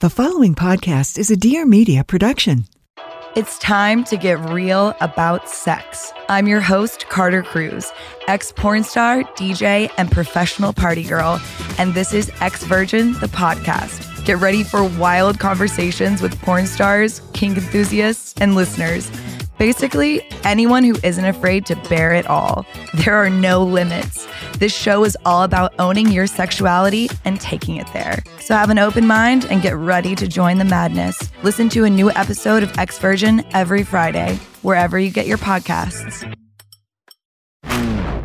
The following podcast is a Dear Media production. It's time to get real about sex. I'm your host, Carter Cruz, ex porn star, DJ, and professional party girl. And this is Ex Virgin, the podcast. Get ready for wild conversations with porn stars, kink enthusiasts, and listeners. Basically, anyone who isn't afraid to bear it all. There are no limits. This show is all about owning your sexuality and taking it there. So have an open mind and get ready to join the madness. Listen to a new episode of X Virgin every Friday, wherever you get your podcasts.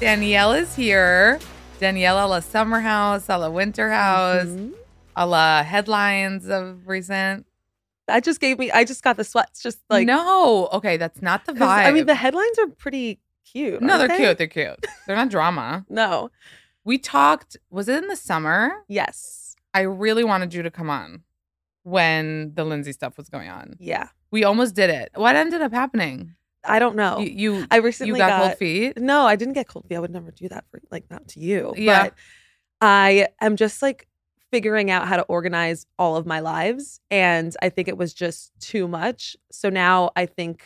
Danielle is here. Danielle a la Summer House, a la Winter House, Mm-hmm. a la headlines of recent. That just gave me. I just got the sweats. Just like no, okay, that's not the 'cause, vibe. I mean, the headlines are pretty cute. no, they're aren't they? cute. They're cute. They're not drama. No. We talked. Was it in the summer? Yes. I really wanted you to come on when the Lindsay stuff was going on. Yeah. We almost did it. What ended up happening? I don't know. You, you, Oh, I recently you got, got, cold feet. No, I didn't get cold feet. I would never do that for like not to you. Yeah. But I am just like figuring out how to organize all of my lives, and I think it was just too much. So now I think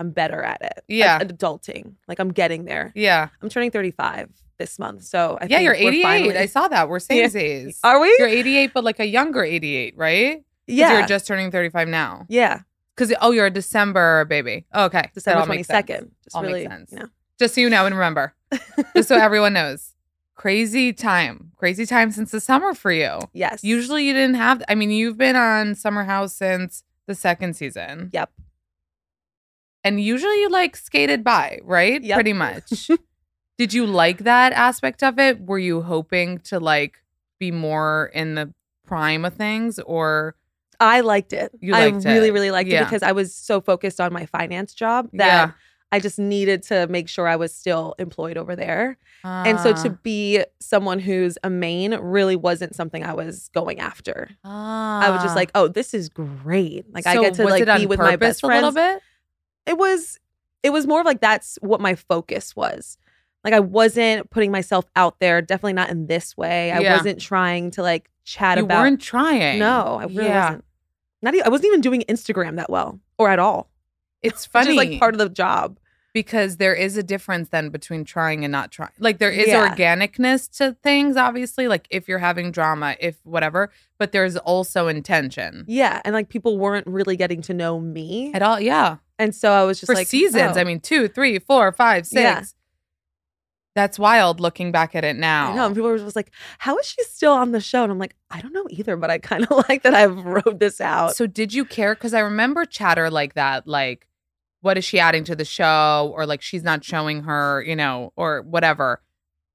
I'm better at it. Yeah. Like, adulting. Like I'm getting there. Yeah, I'm turning 35 this month. So I yeah. think You're we're 88. finally- I saw that. We're Yeah. same age. Are we? You're 88, but like a younger 88, right? 'Cause yeah. You're just turning 35 now. yeah. Because oh, you're a December baby. Oh, okay, That December all twenty makes sense. second. Just All makes really, sense. you know. Just so you know and remember, just so everyone knows, crazy time, crazy time since the summer for you. Yes. Usually you didn't have. I mean, you've been on Summer House since the second season. Yep. And usually you like skated by, right? Yep. Pretty much. Did you like that aspect of it? Were you hoping to like be more in the prime of things, or I liked it. You liked I really, it. really liked Yeah. it because I was so focused on my finance job that Yeah. I just needed to make sure I was still employed over there. and so Uh-huh. Ah. to be someone who's a main really wasn't something I was going after. I was just like, oh, this is great. Like I Ah. So get to was like it on be with my purpose best a little friends. bit. It was it was more of like that's what my focus was. Like I wasn't putting myself out there, definitely not in this way. I Yeah. wasn't trying to like chat You about weren't trying. No, I really Yeah. wasn't. Not even, I wasn't even doing Instagram that well or at all. It's Which funny is like part of the job. because there is a difference then between trying and not trying. Like there is Yeah. organicness to things, obviously, like if you're having drama, if whatever, but there's also intention. Yeah, and like people weren't really getting to know me, At all, yeah. and so I was just For like seasons. oh. I mean two, three, four, five, six. Yeah. That's wild looking back at it now. I know. And people were just like, "How is she still on the show?" And I'm like, "I don't know either, but I kind of like that I've wrote this out." So did you care? Because I remember chatter like that, like, what is she adding to the show? Or like she's not showing her, you know, or whatever.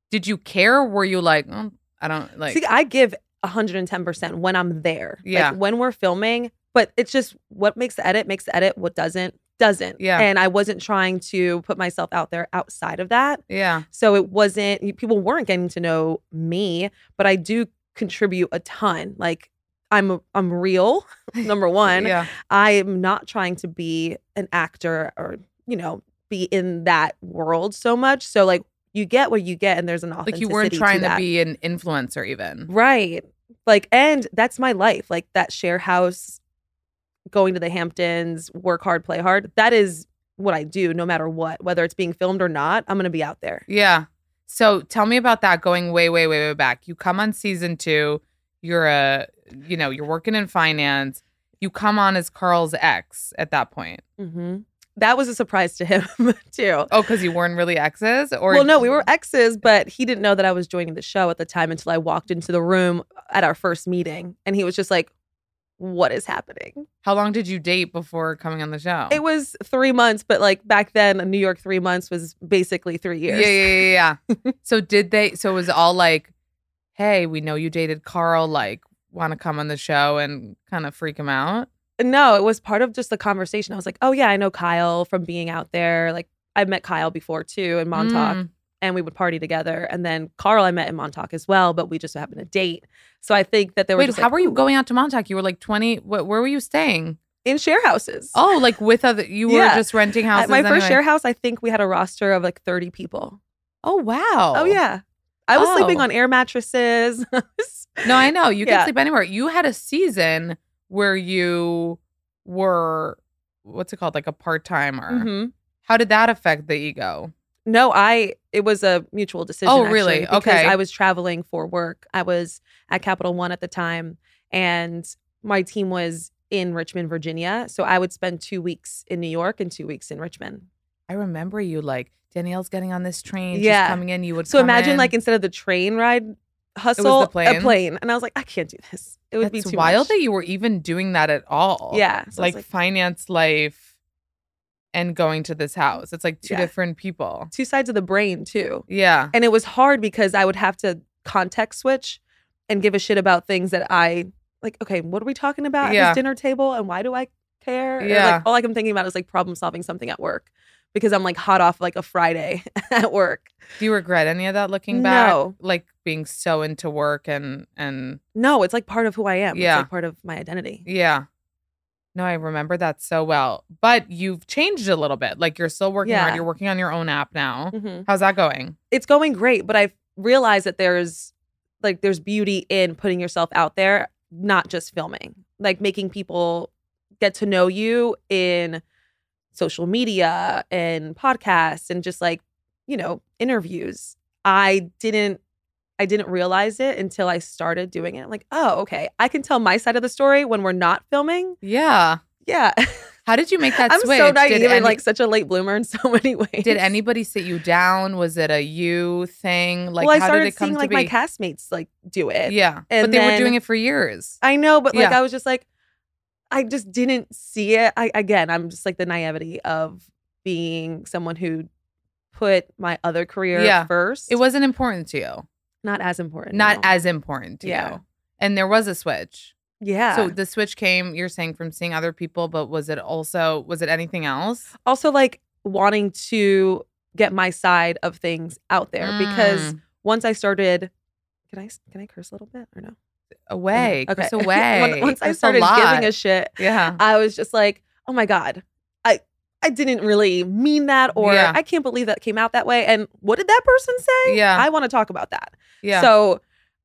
Did you care? Or were you like, "Mm, I don't like See, I give 110 percent when I'm there. Yeah. like, when we're filming. But it's just what makes the edit makes the edit. What doesn't doesn't. Yeah. And I wasn't trying to put myself out there outside of that. Yeah. So it wasn't people weren't getting to know me, but I do contribute a ton. Like I'm I'm real, number one. Yeah. I am not trying to be an actor or, you know, be in that world so much. So like you get what you get and there's an authenticity Like you weren't trying to, that. be an influencer even. Right. Like and that's my life. Like that share house, going to the Hamptons, work hard, play hard. That is what I do no matter what, whether it's being filmed or not, I'm gonna be out there. Yeah. So tell me about that going way, way, way, way back. You come on season two, you're a you know, you're working in finance. You come on as Carl's ex at that point. Mm-hmm. hmm That was a surprise to him too. Oh, because you weren't really exes? Or well, no, we were exes, but he didn't know that I was joining the show at the time until I walked into the room at our first meeting, and he was just like, what is happening? How long did you date before coming on the show? It was three months, but like back then, New York three months was basically three years. Yeah, yeah, yeah. yeah. so did they? So it was all like, "Hey, we know you dated Carl. Like, want to come on the show and kind of freak him out?" No, it was part of just the conversation. I was like, "Oh yeah, I know Kyle from being out there. Like, I met Kyle before too in Montauk." Mm. And we would party together, and then Carl I met in Montauk as well, but we just happened to date. So I think that there were Wait, just, how like, were you going out to Montauk? You were like twenty. Wh- where were you staying? in share houses. Oh, like with other. You were Yeah. just renting houses. At my first anyway. share house, I think we had a roster of like 30 people. Oh wow. Oh, yeah. I was sleeping Oh. on air mattresses. No, I know. You Yeah. can sleep anywhere. You had a season where you were what's it called? Like a part timer. Mhm. How did that affect the ego? No, I it was a mutual decision. Oh, actually, really? because Okay. I was traveling for work. I was at Capital One at the time, and my team was in Richmond, Virginia. So I would spend two weeks in New York and two weeks in Richmond. I remember you like Danielle's getting on this train. Yeah. She's coming in. You would So come imagine in. like instead of the train ride hustle, a plane. plane. And I was like, I can't do this. It would That's be too wild much. that you were even doing that at all. Yeah. So I was like, finance life and going to this house. It's like two Yeah. different people. two sides of the brain too. Yeah. And it was hard because I would have to context switch and give a shit about things that I like, okay, what are we talking about at Yeah. this dinner table and why do I care? Or, Yeah. Like all I'm thinking about is like problem solving something at work because I'm like hot off like a Friday at work. Do you regret any of that looking back? No. Like being so into work and and No, it's like part of who I am. Yeah. It's like part of my identity. Yeah. No, I remember that so well. But you've changed a little bit. Like you're still working hard. Yeah. You're working on your own app now. Mhm. How's that going? It's going great, but I've realized that there's like there's beauty in putting yourself out there, not just filming. Like making people get to know you in social media and podcasts and just like, you know, interviews. I didn't I didn't realize it until I started doing it. Like, oh, okay. I can tell my side of the story when we're not filming. Yeah. Yeah. How did you make that I'm switch? so naive did, and any- like such a late bloomer in so many ways. did anybody sit you down? Was it a you thing? Like well, I how started did it come seeing to like be? my castmates like do it. yeah. but and they were then- doing it for years. I know, but like Yeah. I was just like, I just didn't see it. I again, I'm just like the naivety of being someone who put my other career Yeah. first. It wasn't important to you. not as important. Not no. as important to Yeah. you. And there was a switch. yeah. So the switch came, you're saying from seeing other people, but was it also was it anything else? also like wanting to get my side of things out there Uh, because Mm. once I started, can I can I curse a little bit or no? away. Mm, Okay. Chris away. When- once I Chris started lot. giving a shit, Yeah. I was just like, oh my God, I I didn't really mean that, or Yeah. I can't believe that came out that way. And what did that person say? Yeah. I want to talk about that. Yeah. So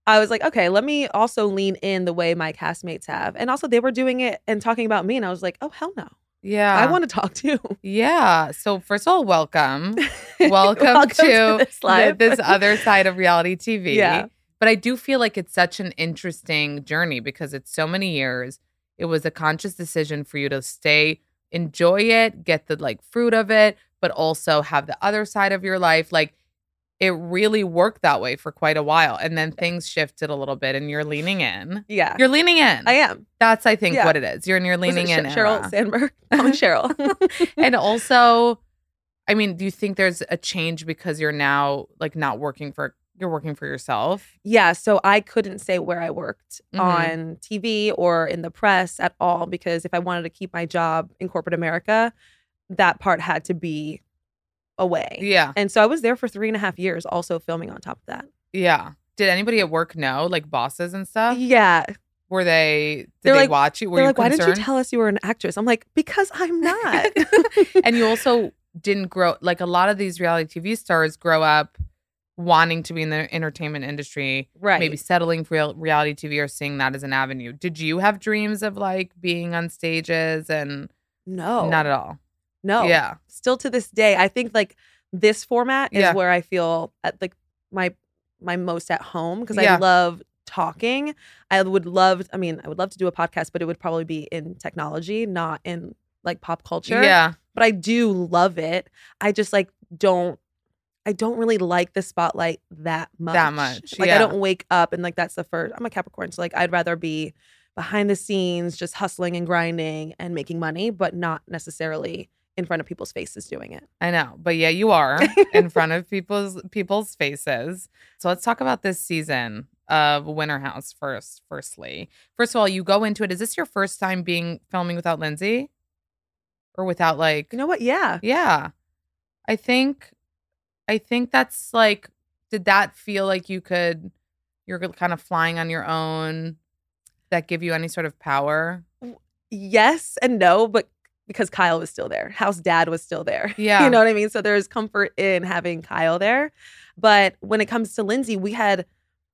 I was like, okay, let me also lean in the way my castmates have. And also they were doing it and talking about me. And I was like, oh hell no. yeah. I want to talk too. Yeah. So first of all, welcome. Welcome to this live. this other side of reality TV. Yeah. But I do feel like it's such an interesting journey because it's so many years. It was a conscious decision for you to stay, enjoy it, get the like fruit of it, but also have the other side of your life. Like it really worked that way for quite a while. And then things shifted a little bit and you're leaning in. Yeah. You're leaning in. I am. That's I think Yeah. what it is. You're in your Was it leaning Sh- in. uh, Cheryl era. Sandberg. Call me Cheryl. and also, I mean, do you think there's a change because you're now like not working for you're working for yourself? Yeah, so I couldn't say where I worked Mhm. on TV or in the press at all because if I wanted to keep my job in corporate America, that part had to be away. Yeah. And so I was there for three and a half years, also filming on top of that. Yeah. Did anybody at work know, like bosses and stuff? yeah. Were they did They're they like- watch you? Uh, Were They're you like, why concerned? didn't you tell us you were an actress? I'm like, because I'm not. and you also didn't grow like a lot of these reality TV stars grow up wanting to be in the entertainment industry, right. maybe settling for real, reality TV or seeing that as an avenue. Did you have dreams of like being on stages and No. not at all? No. Yeah. Still to this day, I think like this format is Yeah. where I feel at like my my most at home because Yeah. I love talking. I would love I mean, I would love to do a podcast, but it would probably be in technology, not in like pop culture. Yeah. But I do love it. I just like don't I don't really like the spotlight that much. That much, Like yeah. I don't wake up and like that's the first I'm a Capricorn, so like I'd rather be behind the scenes, just hustling and grinding and making money, but not necessarily in front of people's faces doing it. I know, but yeah, you are in front of people's people's faces. So let's talk about this season of Winter House first. Firstly, first of all, you go into it. Is this your first time being filming without Lindsay, or without like? You know what? Yeah. Yeah, I think, I think that's like. Did that feel like you could? You're kind of flying on your own. That give you any sort of power? Yes and no, but because Kyle was still there. House dad was still there. Yeah. you know what I mean? So there's comfort in having Kyle there. But when it comes to Lindsay, we had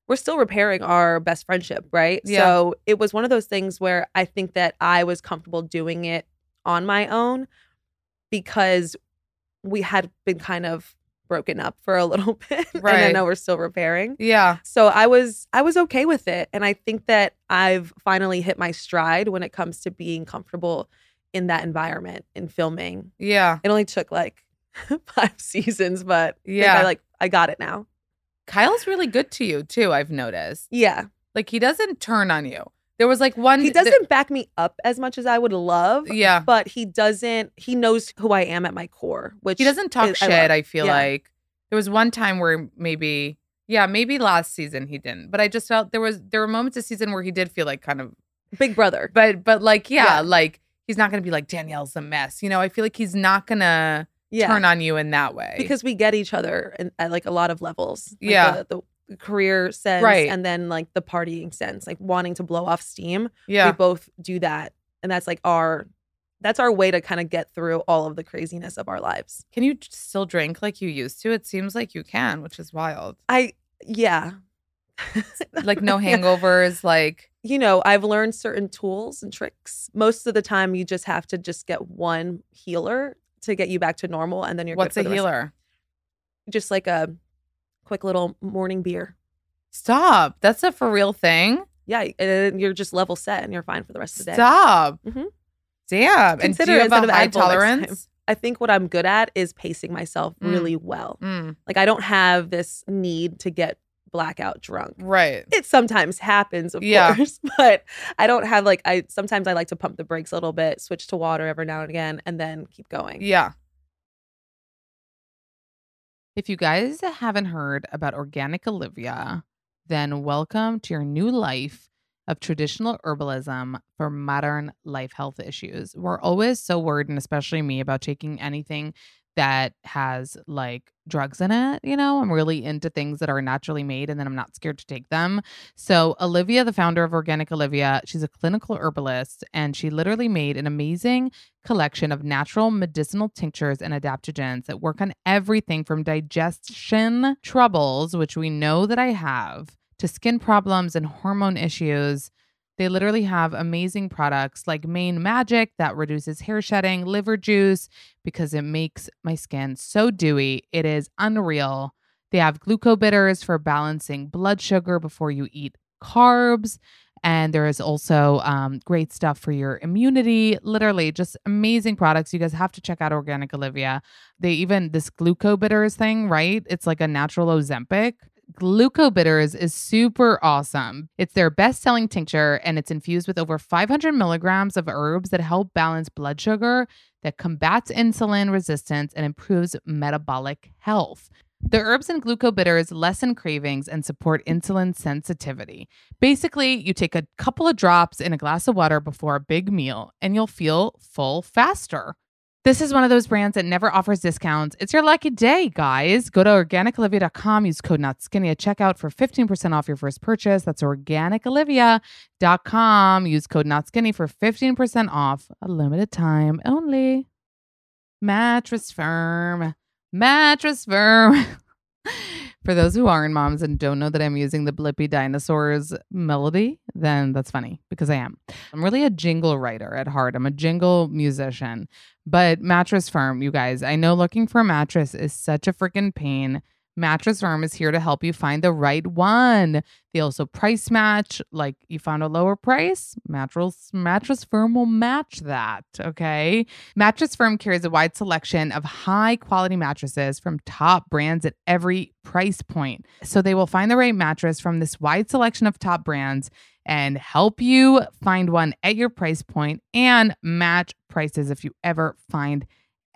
we're still repairing our best friendship, right? Yeah. So it was one of those things where I think that I was comfortable doing it on my own because we had been kind of broken up for a little bit. and I Right. know we're still repairing. Yeah. So I was I was okay with it and I think that I've finally hit my stride when it comes to being comfortable in that environment in filming. Yeah. It only took like 5 seasons but yeah. I Yeah. like I got it now. Kyle's really good to you too, I've noticed. Yeah. Like he doesn't turn on you. There was like one He doesn't back me up as much as I would love, Yeah. but he doesn't he knows who I am at my core, which He doesn't talk is- I shit, love. I, feel Yeah. like. There was one time where maybe yeah, maybe last season he didn't. But I just felt there was there were moments this season where he did feel like kind of Big brother. but but like yeah, Yeah. like he's not gonna be like Danielle's a mess. You know, I feel like he's not gonna Yeah. turn on you in that way. because we get each other in, at like a lot of levels. Like, Yeah. the, the career sense, Right. and then like the partying sense, like wanting to blow off steam. We yeah. both do that, and that's like our that's our way to kind of get through all of the craziness of our lives. Can you still drink like you used to? It seems like you can, which is wild. I yeah, Like no hangovers, like you know, I've learned certain tools and tricks. Most of the time, you just have to just get one healer to get you back to normal, and then you're what's a good for the rest- healer? Just like a quick little morning beer. Stop. That's a for real thing. Yeah, and then you're just level set, and you're fine for the rest of the day. Stop. Mhm. Damn. and do Consider you it have instead a of high Advil next time. tolerance? I think what I'm good at is pacing myself Mm. really well. Mm, Like I don't have this need to get blackout drunk. right. It sometimes happens, of Yeah. course, but I don't have like I sometimes I like to pump the brakes a little bit, switch to water every now and again, and then keep going. Yeah. If you guys haven't heard about Organic Olivia, then welcome to your new life of traditional herbalism for modern life health issues. We're always so worried, and especially me, about taking anything that has like drugs in it. You know, I'm really into things that are naturally made and then I'm not scared to take them. So, Olivia, the founder of Organic Olivia, she's a clinical herbalist and she literally made an amazing collection of natural medicinal tinctures and adaptogens that work on everything from digestion troubles, which we know that I have, to skin problems and hormone issues. They literally have amazing products like Main Magic that reduces hair shedding, liver juice, because it makes my skin so dewy. It is unreal. They have glucobitters for balancing blood sugar before you eat carbs. And there is also um, great stuff for your immunity. Literally, just amazing products. You guys have to check out Organic Olivia. They even this glucobitters thing, right? It's like a natural Ozempic. Glucobitters is super awesome. It's their best selling tincture and it's infused with over 500 milligrams of herbs that help balance blood sugar, that combats insulin resistance, and improves metabolic health. The herbs and glucobitters lessen cravings and support insulin sensitivity. Basically, you take a couple of drops in a glass of water before a big meal and you'll feel full faster. This is one of those brands that never offers discounts. It's your lucky day, guys. Go to organicolivia.com, use code NOTSKINNY at checkout for 15% off your first purchase. That's organicolivia.com. Use code NOTSKINNY for 15% off. A limited time only. Mattress Firm. Mattress Firm. For those who aren't moms and don't know that I'm using the Blippy Dinosaurs melody, then that's funny because I am. I'm really a jingle writer at heart. I'm a jingle musician. But Mattress Firm, you guys, I know looking for a mattress is such a freaking pain. Mattress Firm is here to help you find the right one. They also price match. Like you found a lower price, mattress mattress firm will match that. Okay. Mattress Firm carries a wide selection of high quality mattresses from top brands at every price point. So they will find the right mattress from this wide selection of top brands and help you find one at your price point and match prices if you ever find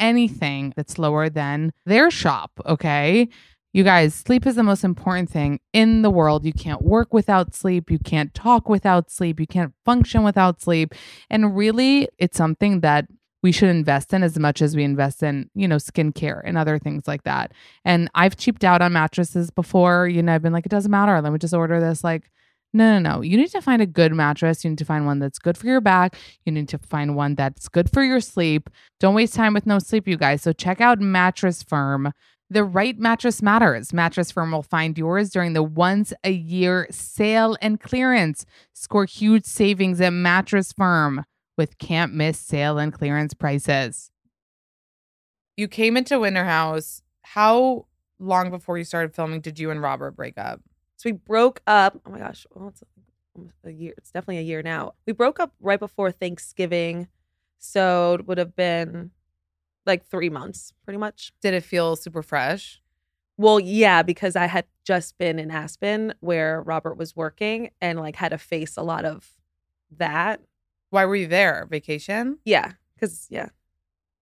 anything that's lower than their shop, okay? You guys, sleep is the most important thing in the world. You can't work without sleep. You can't talk without sleep. You can't function without sleep. And really, it's something that we should invest in as much as we invest in, you know, skincare and other things like that. And I've cheaped out on mattresses before. You know, I've been like, it doesn't matter. Let me just order this. Like, no, no, no. You need to find a good mattress. You need to find one that's good for your back. You need to find one that's good for your sleep. Don't waste time with no sleep, you guys. So check out Mattress Firm. The right mattress matters. Mattress Firm will find yours during the once a year sale and clearance. Score huge savings at Mattress Firm with can't miss sale and clearance prices. You came into Winter House. How long before you started filming did you and Robert break up? So we broke up. Oh my gosh, well, it's almost a year. It's definitely a year now. We broke up right before Thanksgiving, so it would have been like three months, pretty much. Did it feel super fresh? Well, yeah, because I had just been in Aspen where Robert was working and like had to face a lot of that. Why were you there? Vacation? Yeah, because yeah,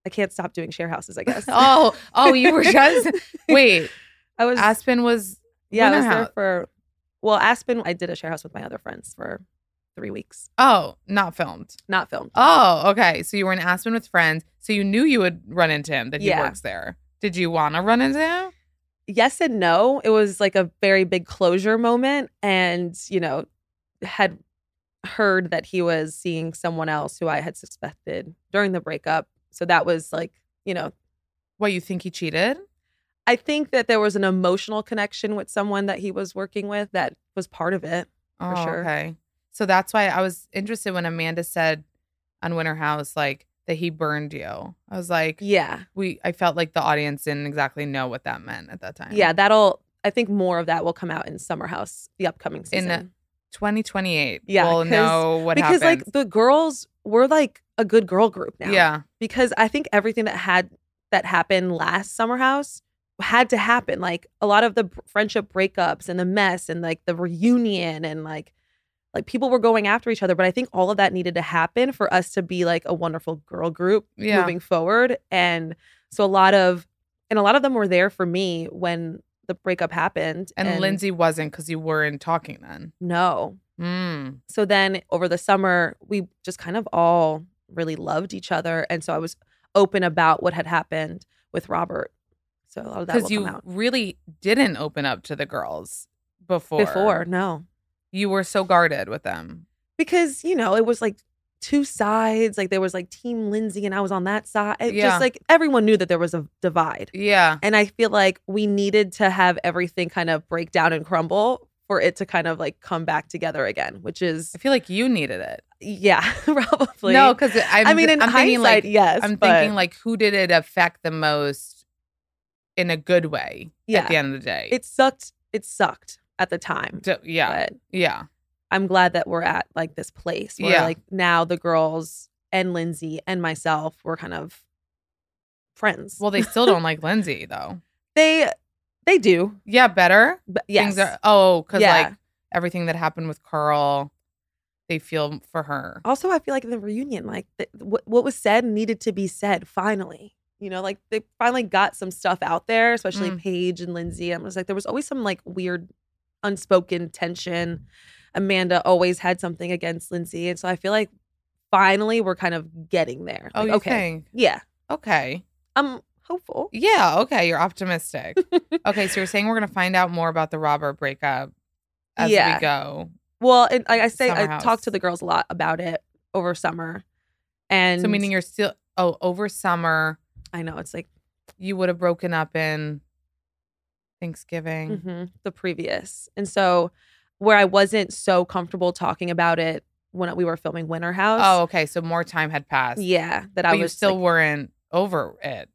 I can't stop doing share houses. I guess. Oh, oh, you were just wait. I was Aspen was yeah, I Winter was there House. for well, Aspen. I did a share house with my other friends for three weeks, oh not filmed. not filmed. Oh, okay. So you were in Aspen with friends, so you knew you would run into him. That he Yeah. works there. Did you want to run into him? yes and no. It was like a very big closure moment, and you know, had heard that he was seeing someone else who I had suspected during the breakup. So that was like, you know, What you think he cheated? I think that there was an emotional connection with someone that he was working with that was part of it. Oh, sure. okay. So that's why I was interested when Amanda said on Winter House like that he burned you. I was like, Yeah. we. I felt like the audience didn't exactly know what that meant at that time. Yeah, that'll I think more of that will come out in Summer House, the upcoming In season. the- 2028. Yeah, we'll 'cause- know what because happened. like the girls were like a good girl group now. yeah, Because I think everything that had that happened last summer house had to happen. Like a lot of the b- friendship breakups and the mess and like the reunion and like like people were going after each other, but I think all of that needed to happen for us to be like a wonderful girl group yeah. moving forward. And so a lot of and a lot of them were there for me when the breakup happened. and, Lindsay wasn't because you weren't talking then. no, Mm. so then over the summer, we just kind of all really loved each other. And so I was open about what had happened with Robert. So a lot of that will Because you come out. really didn't open up to the girls before. Before, no. you were so guarded with them. Because, you know, it was like two sides. Like there was like Team Lindsay and I was on that side. It Yeah. Just like everyone knew that there was a divide. Yeah. And I feel like we needed to have everything kind of break down and crumble for it to kind of like come back together again, which is, I feel like you needed it. yeah, probably. No, because I mean, in I'm thinking like hindsight, yes. I'm but- thinking like who did it affect the most in a good way Yeah. at the end of the day. it sucked it sucked at the time So- yeah. but Yeah. i'm glad that we're at like this place where Yeah. like now the girls and lindsay and myself were kind of friends Well, they still don't like Lindsay though. they they do Yeah, better. but yes Things are oh, because Yeah. like everything that happened with Carl, they feel for her. also i feel like in the reunion like th- what, what was said needed to be said finally you know like they finally got some stuff out there especially Mm. paige and lindsay i'm just like there was always some like weird unspoken tension amanda always had something against lindsay and so i feel like finally we're kind of getting there Oh, Like, you okay think? yeah Okay. i'm hopeful Yeah, okay. You're optimistic. okay, so you're saying we're gonna find out more about the Robert breakup as Yeah. we go. well and like i say Summer i talked house. to the girls a lot about it over summer and So meaning you're still oh, over summer. i know it's like you would have broken up in Thanksgiving. Mhm, the previous. And so, where I wasn't so comfortable talking about it when we were filming Winter House. Oh, okay. So more time had passed. yeah, that But I you was still like- weren't over it.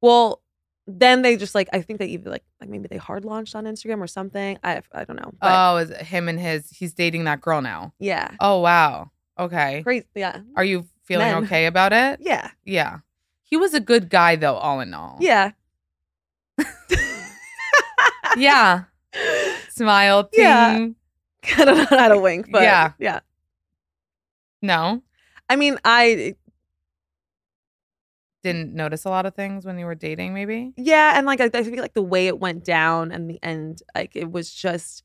well. Then they just like I think they either like like maybe they hard launched on Instagram or something. I I don't know. But oh, is it him and his he's dating that girl now. yeah, Oh wow. Okay. crazy. Yeah, Are you feeling Men. okay about it? yeah, Yeah. He was a good guy though, all in all. yeah. Yeah. Smile. Yeah. ting. I don't know how to wink, but Yeah. yeah. No, I mean, I, didn't notice a lot of things when you were dating. Maybe yeah. And like, I, I feel like the way it went down and the end, like, it was just,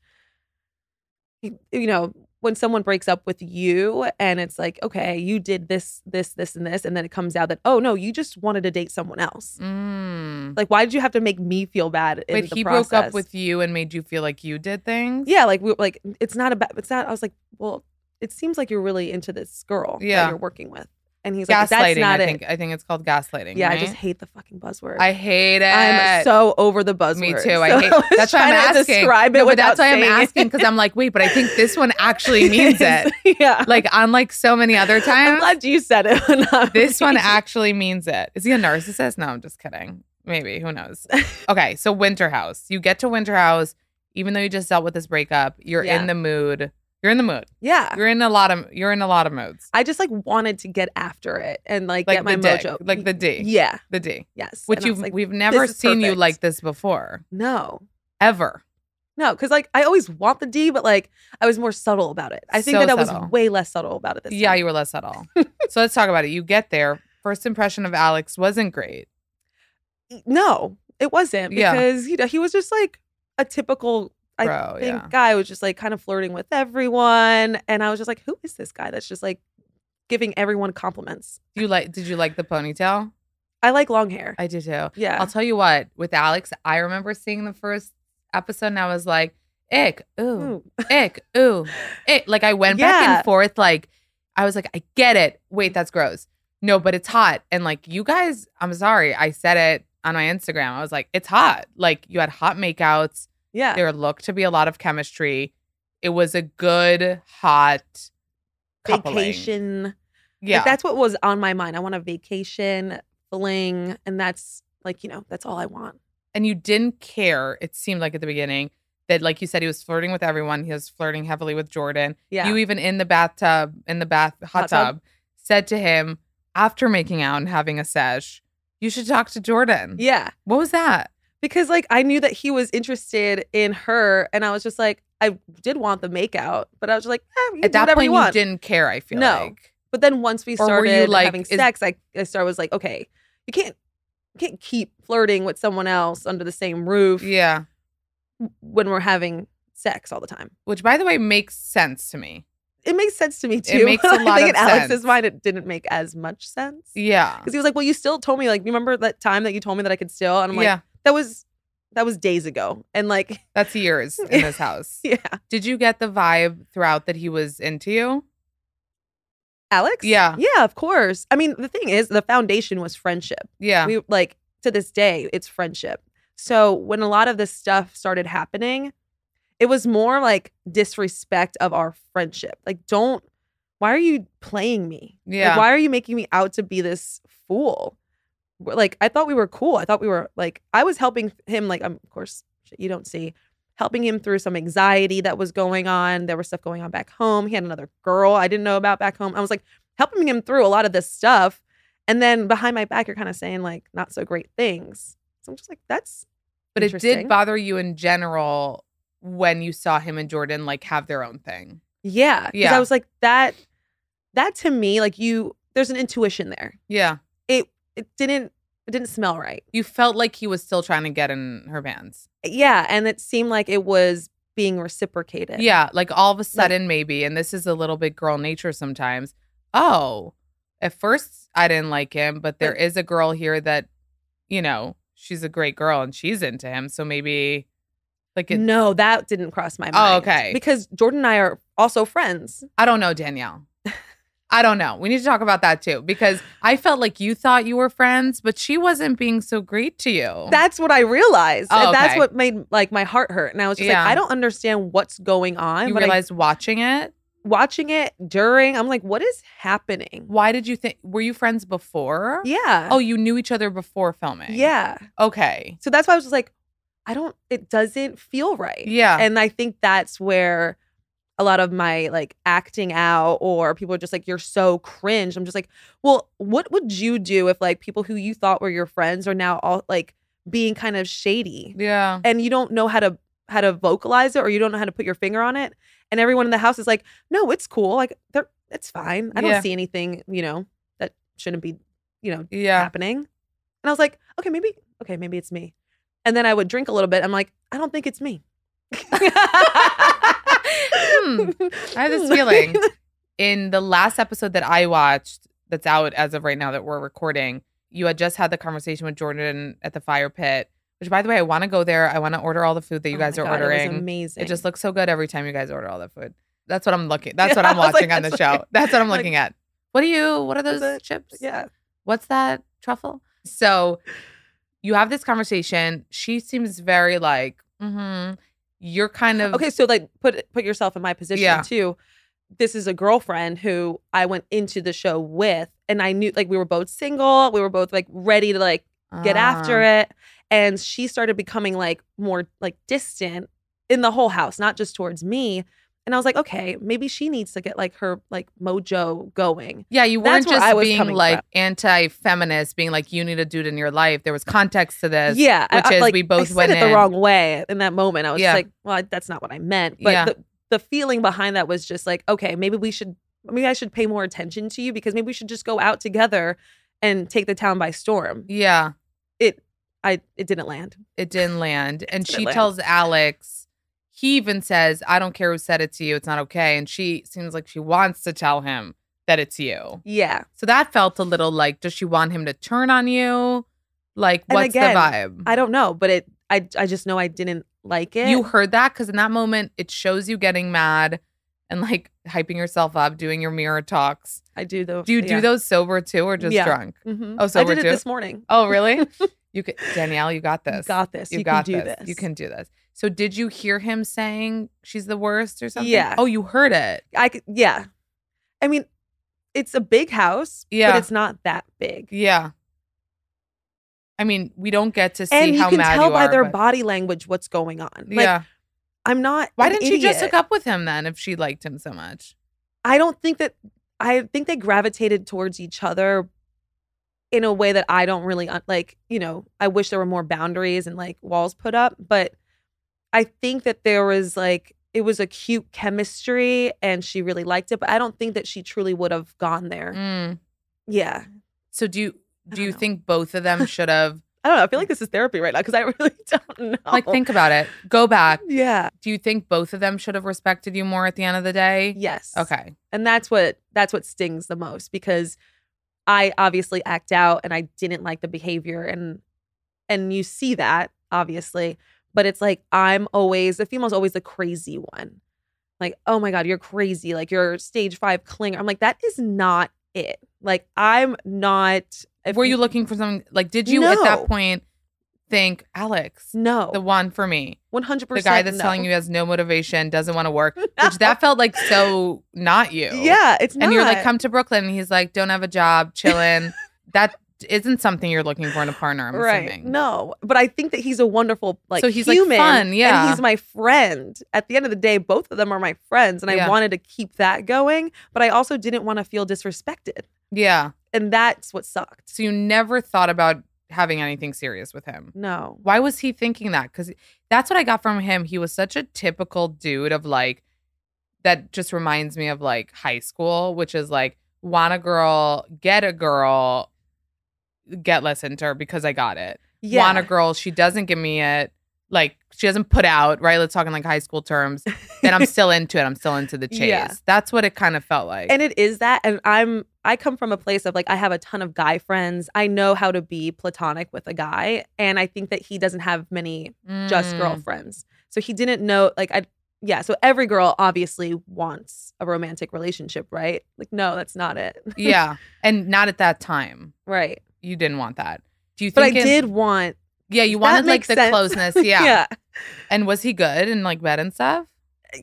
you you know, when someone breaks up with you and it's like, okay, you did this, this, this, and this. And then it comes out that, oh, no, you just wanted to date someone else. Mm. Like, why did you have to make me feel bad? In But the he broke up process? with you and made you feel like you did things. yeah, like we like it's not about it's not. I was like, well, it seems like you're really into this girl Yeah. that you're working with, and he's gaslighting. like, that's not I it. think I think it's called gaslighting. yeah, right? I just hate the fucking buzzword. I hate it. am so over the buzzword. Uh, Me too. I hate. was that's why I'm trying to asking. Describe it No, but without that's why I'm saying it. asking because I'm like, wait, but I think this one actually means it. yeah. Like unlike so many other I'm times, glad you said it. when I- this one actually means it. Is he a narcissist? No, I'm just kidding. Maybe who knows? Okay, so Winter House. You get to Winter House, even though you just dealt with this breakup. You're Yeah. in the mood. You're in the mood. yeah. You're in a lot of. You're in a lot of moods. I just like wanted to get after it and like, Like get my the dick, mojo. like the D, Yeah. the D, Yes. which And I you was have like, we've never this is seen you perfect. like this before, no. ever. No, because like I always want the D, but like I was more subtle about it. I think So that I subtle. was way less subtle about it this Yeah, time. you were less subtle. so let's talk about it. You get there. First impression of Alex wasn't great. E, no, it wasn't Yeah. because you know he was just like a typical I Bro, think yeah. guy who was just like kind of flirting with everyone, and I was just like, who is this guy that's just like giving everyone compliments? You like? Did you like the ponytail? I like long hair. I did too. yeah, I'll tell you what, with Alex, I remember seeing the first episode and I was like, ick, ooh, Ooh. ick, ooh, ick. Like I went back Yeah. Mm. and forth, like I was like, I get it. Wait, that's gross. No, but it's hot. And like you guys, I'm sorry, I said it on my Instagram. I was like, it's hot. Like you had hot makeouts. yeah, There looked to be a lot of chemistry. It was a good, hot coupling. vacation. Like, Yeah. that's what was on my mind. I want a vacation fling, and that's like you know that's all I want. and you didn't care, it seemed like at the beginning, that like you said, he was flirting with everyone. He was flirting heavily with Jordan. Yeah, You even in the bathtub, in the bath hot, Hot tub, tub. said to him after making out and having a sesh, "You should talk to Jordan." yeah. What was that? because like I knew that he was interested in her, and I was just like, I did want the makeout, but I was just like, eh, you At that whatever point, you you, want. didn't care. I feel No. like But then once we Or were you started like, having is- sex, I I started was like, okay, you can't you can't keep flirting with someone else under the same roof yeah. when we're having sex all the time. Which, by the way, makes sense to me. It makes sense to me too. makes a I lot of think in Alex's sense. mind, it didn't make as much sense because Yeah, he was like, well, you still told me like, remember that time that you told me that I could still, and I'm like, yeah. that was that was days ago, and like, That's years in this house. yeah, Did you get the vibe throughout that he was into you? Alex? Yeah. Yeah, of course. I mean, the thing is, the foundation was friendship. Yeah, We like to this day, it's friendship. So when a lot of this stuff started happening, it was more like disrespect of our friendship. Like, don't why are you playing me? Like, Yeah. why are you making me out to be this fool? We're- Like, I thought we were cool. I thought we were like I was helping him, like, um, of course, shit you don't see. Helping him through some anxiety that was going on. There was stuff going on back home. He had another girl I didn't know about back home. I was like helping him through a lot of this stuff. And then behind my back, you're kind of saying like not so great things. So I'm just like, that's but it did interesting. bother you in general when you saw him and Jordan like have their own thing. yeah. 'Cause Yeah. I was like, that that to me, like you there's an intuition there. Yeah, It it didn't it didn't smell right. you felt like he was still trying to get in her pants. Yeah. And it seemed like it was being reciprocated. Yeah, like all of a sudden, maybe, and this is a little bit girl nature sometimes. Oh, at first I didn't like him, but there But- is a girl here that, you know, she's a great girl and she's into him. So maybe, like, it, No, that didn't cross my mind. Oh, okay. Because Jordan and I are also friends. I don't know, Danielle. I don't know. We need to talk about that too because I felt like you thought you were friends, but she wasn't being so great to you. That's what I realized. Oh, and that's okay. what made like my heart hurt. And I was just Yeah. like, I don't understand what's going on. you but I- realized watching it. watching it during, I'm like, what is happening? Why did you think? Were you friends before? Yeah. Oh, you knew each other before filming. yeah. Okay. So that's why I was just like, I don't, it doesn't feel right. Yeah. And I think that's where a lot of my like acting out or people are just like, you're so cringe. I'm just like, well, what would you do if like people who you thought were your friends are now all like being kind of shady yeah. and you don't know how to how to vocalize it or you don't know how to put your finger on it. And everyone in the house is like, no, it's cool. Like they're it's fine. I don't Yeah. see anything, you know, that shouldn't be, you know, Yeah. happening. And I was like, okay, maybe okay, maybe it's me. And then I would drink a little bit. I'm like, I don't think it's me. Hmm. I have this feeling. Oh In the last episode that I watched, that's out as of right now that we're recording, you had just had the conversation with Jordan at the fire pit. Which, by the way, I want to go there. I want to order all the food that you Oh guys my are God, It was ordering. amazing. It just looks so good every time you guys order all that food. That's what I'm looking. That's what Yeah, I'm I was like, watching on the that's show. what- That's what I'm like- looking at. What are you? What are That's those it. chips? yeah. What's that truffle? So you have this conversation. She seems very like, mm-hmm. You're kind of Okay, so like put put yourself in my position Mm-hmm. Yeah. too. This is a girlfriend who I went into the show with and I knew like we were both single, we were both like ready to like get Ah. after it and she started becoming like more like distant in the whole house, not just towards me. And I was like, okay, maybe she needs to get like her like mojo going. Yeah, you That's weren't where just I was being coming like from. anti-feminist, being like you need a dude in your life. There was context to this. yeah, which is like, we both I said went it the in. wrong way in that moment. I was Yeah. just like, well, I- that's not what I meant. But Yeah. the, the feeling behind that was just like, okay, maybe we should, maybe I should pay more attention to you because maybe we should just go out together and take the town by storm. Yeah, I it didn't land. it didn't land. And didn't she land. tells Alex. He even says, "I don't care who said it to you. It's not okay." And she seems like she wants to tell him that it's you. Yeah, So that felt a little like, does she want him to turn on you? Like, And what's again, the vibe? I don't know, but it, I, I just know I didn't like it. you heard that because in that moment it shows you getting mad and like hyping yourself up, doing your mirror talks. I do though. Do you do those sober too, or just Yeah. drunk? hmm Oh, so I we're did it do- this morning. Oh, really? you could, Danielle, you got You this. got this. You, You, got can do this. this. You can do this. So did you hear him saying she's the worst or something? Yeah. Oh, you heard it. I could. Yeah. I mean, it's a big house. Yeah. But it's not that big. Yeah. I mean, we don't get to see and you how can mad tell you by are, their but- body language what's going on. Like, yeah. I'm not. Why an didn't she just idiot. hook up with him then if she liked him so much? I don't think that. I think they gravitated towards each other in a way that I don't really un- like. You know, I wish there were more boundaries and like walls put up, but I think that there was like it was a cute chemistry and she really liked it, but I don't think that she truly would have gone there. Mm. Yeah. So do you I do don't you know. think both of them should have I don't know. I feel like this is therapy right now because I really don't know. like think about it. Go back. Yeah. Do you think both of them should have respected you more at the end of the day? Yes. Okay. and that's what that's what stings the most because i obviously act out and i didn't like the behavior and and you see that obviously but it's like i'm always the female's always the crazy one like oh my god you're crazy like you're stage five clinger i'm like that is not it like i'm not if Were you looking for something like did you at No. that point think Alex, no the one for me? 100% The guy that's no. telling you has no motivation, doesn't want to work. Which that felt like so not you. yeah it's not And you're like, come to Brooklyn and he's like, Don't have a job, chillin'. that isn't something you're looking for in a partner, I'm right. assuming. No, but I think that he's a wonderful like So he's, like, human, fun, yeah. and he's my friend. At the end of the day, both of them are my friends, and Yeah. I wanted to keep that going, but I also didn't want to feel disrespected, Yeah. and that's what sucked. So you never thought about having anything serious with him. No, Why was he thinking that? Because that's what I got from him. He was such a typical dude of like, that just reminds me of like high school, which is like, want a girl, get a girl, get less into her because I got it. yeah, Want a girl, she doesn't give me it. Like, she doesn't put out, right? Let's talk in like high school terms. Then I'm still into it. I'm still into the chase. Yeah. That's what it kind of felt like. and it is that, and I'm I come from a place of like I have a ton of guy friends. I know how to be platonic with a guy, and I think that he doesn't have many just Mm. girlfriends. So he didn't know like I yeah, so every girl obviously wants a romantic relationship, right? Like no, that's not it. yeah. And not at that time. right. You didn't want that. Do you But I think it- did want Yeah, you That wanted like makes the sense. closeness. Yeah. And was he good and like bed and stuff?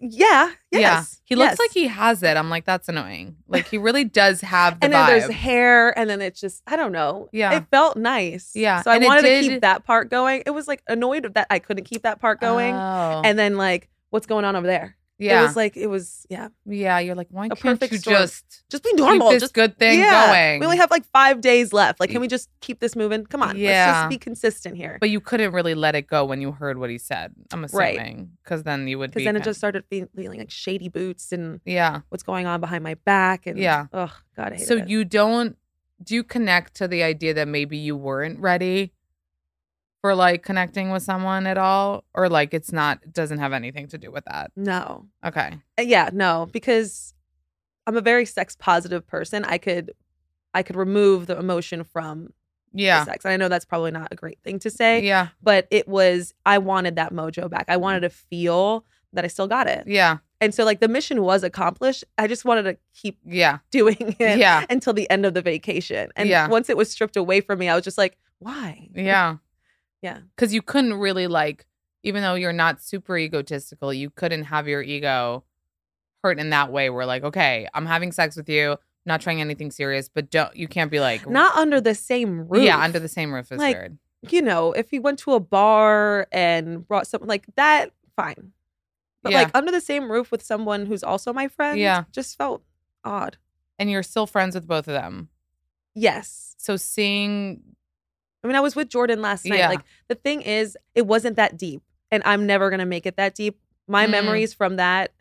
Yeah. Yeah. Yes. He looks yes. like he has it. I'm like, that's annoying. Like he really does have the and then there's vibe. hair and then it's just I don't know. Yeah. It felt nice. Yeah, So I and it wanted to did- keep that part going. It was like annoyed that I couldn't keep that part going. Oh. And then like what's going on over there? It Yeah. was like it was yeah. yeah. You're like, why a can't perfect you storm. just Just be normal. keep this just good thing yeah. going? We only have like five days left. Like, can we just keep this moving? Come on. Let's Yeah. just be consistent here. but you couldn't really let it go when you heard what he said. I'm Right. assuming because then you would Because be then it kind- just started fe- feeling like shady boots and yeah. what's going on behind my back and Yeah. Ugh, God, I hate So it. you don't do you connect to the idea that maybe you weren't ready for like connecting with someone at all, or like it's not doesn't have anything to do with that? no. Okay. Uh, yeah no because i'm a very sex positive person i could i could remove the emotion from Yeah. the sex and i know that's probably not a great thing to say Yeah. but it was i wanted that mojo back i wanted to feel that i still got it Yeah. and so like the mission was accomplished i just wanted to keep Yeah. doing it Yeah. until the end of the vacation and Yeah. once it was stripped away from me i was just like why Yeah. Yeah. Because you couldn't really like, even though you're not super egotistical, you couldn't have your ego hurt in that way. Where like, okay, I'm having sex with you, not trying anything serious, but don't you can't be like not under the same roof Yeah, under the same roof is Like, weird. you know, if he went to a bar and brought someone like that, fine. But Yeah. like under the same roof with someone who's also my friend, Yeah. just felt odd. And you're still friends with both of them. Yes. So seeing I mean, I was with Jordan last night. Yeah. Like the thing is, it wasn't that deep, and I'm never gonna make it that deep. My Mm. memories from that,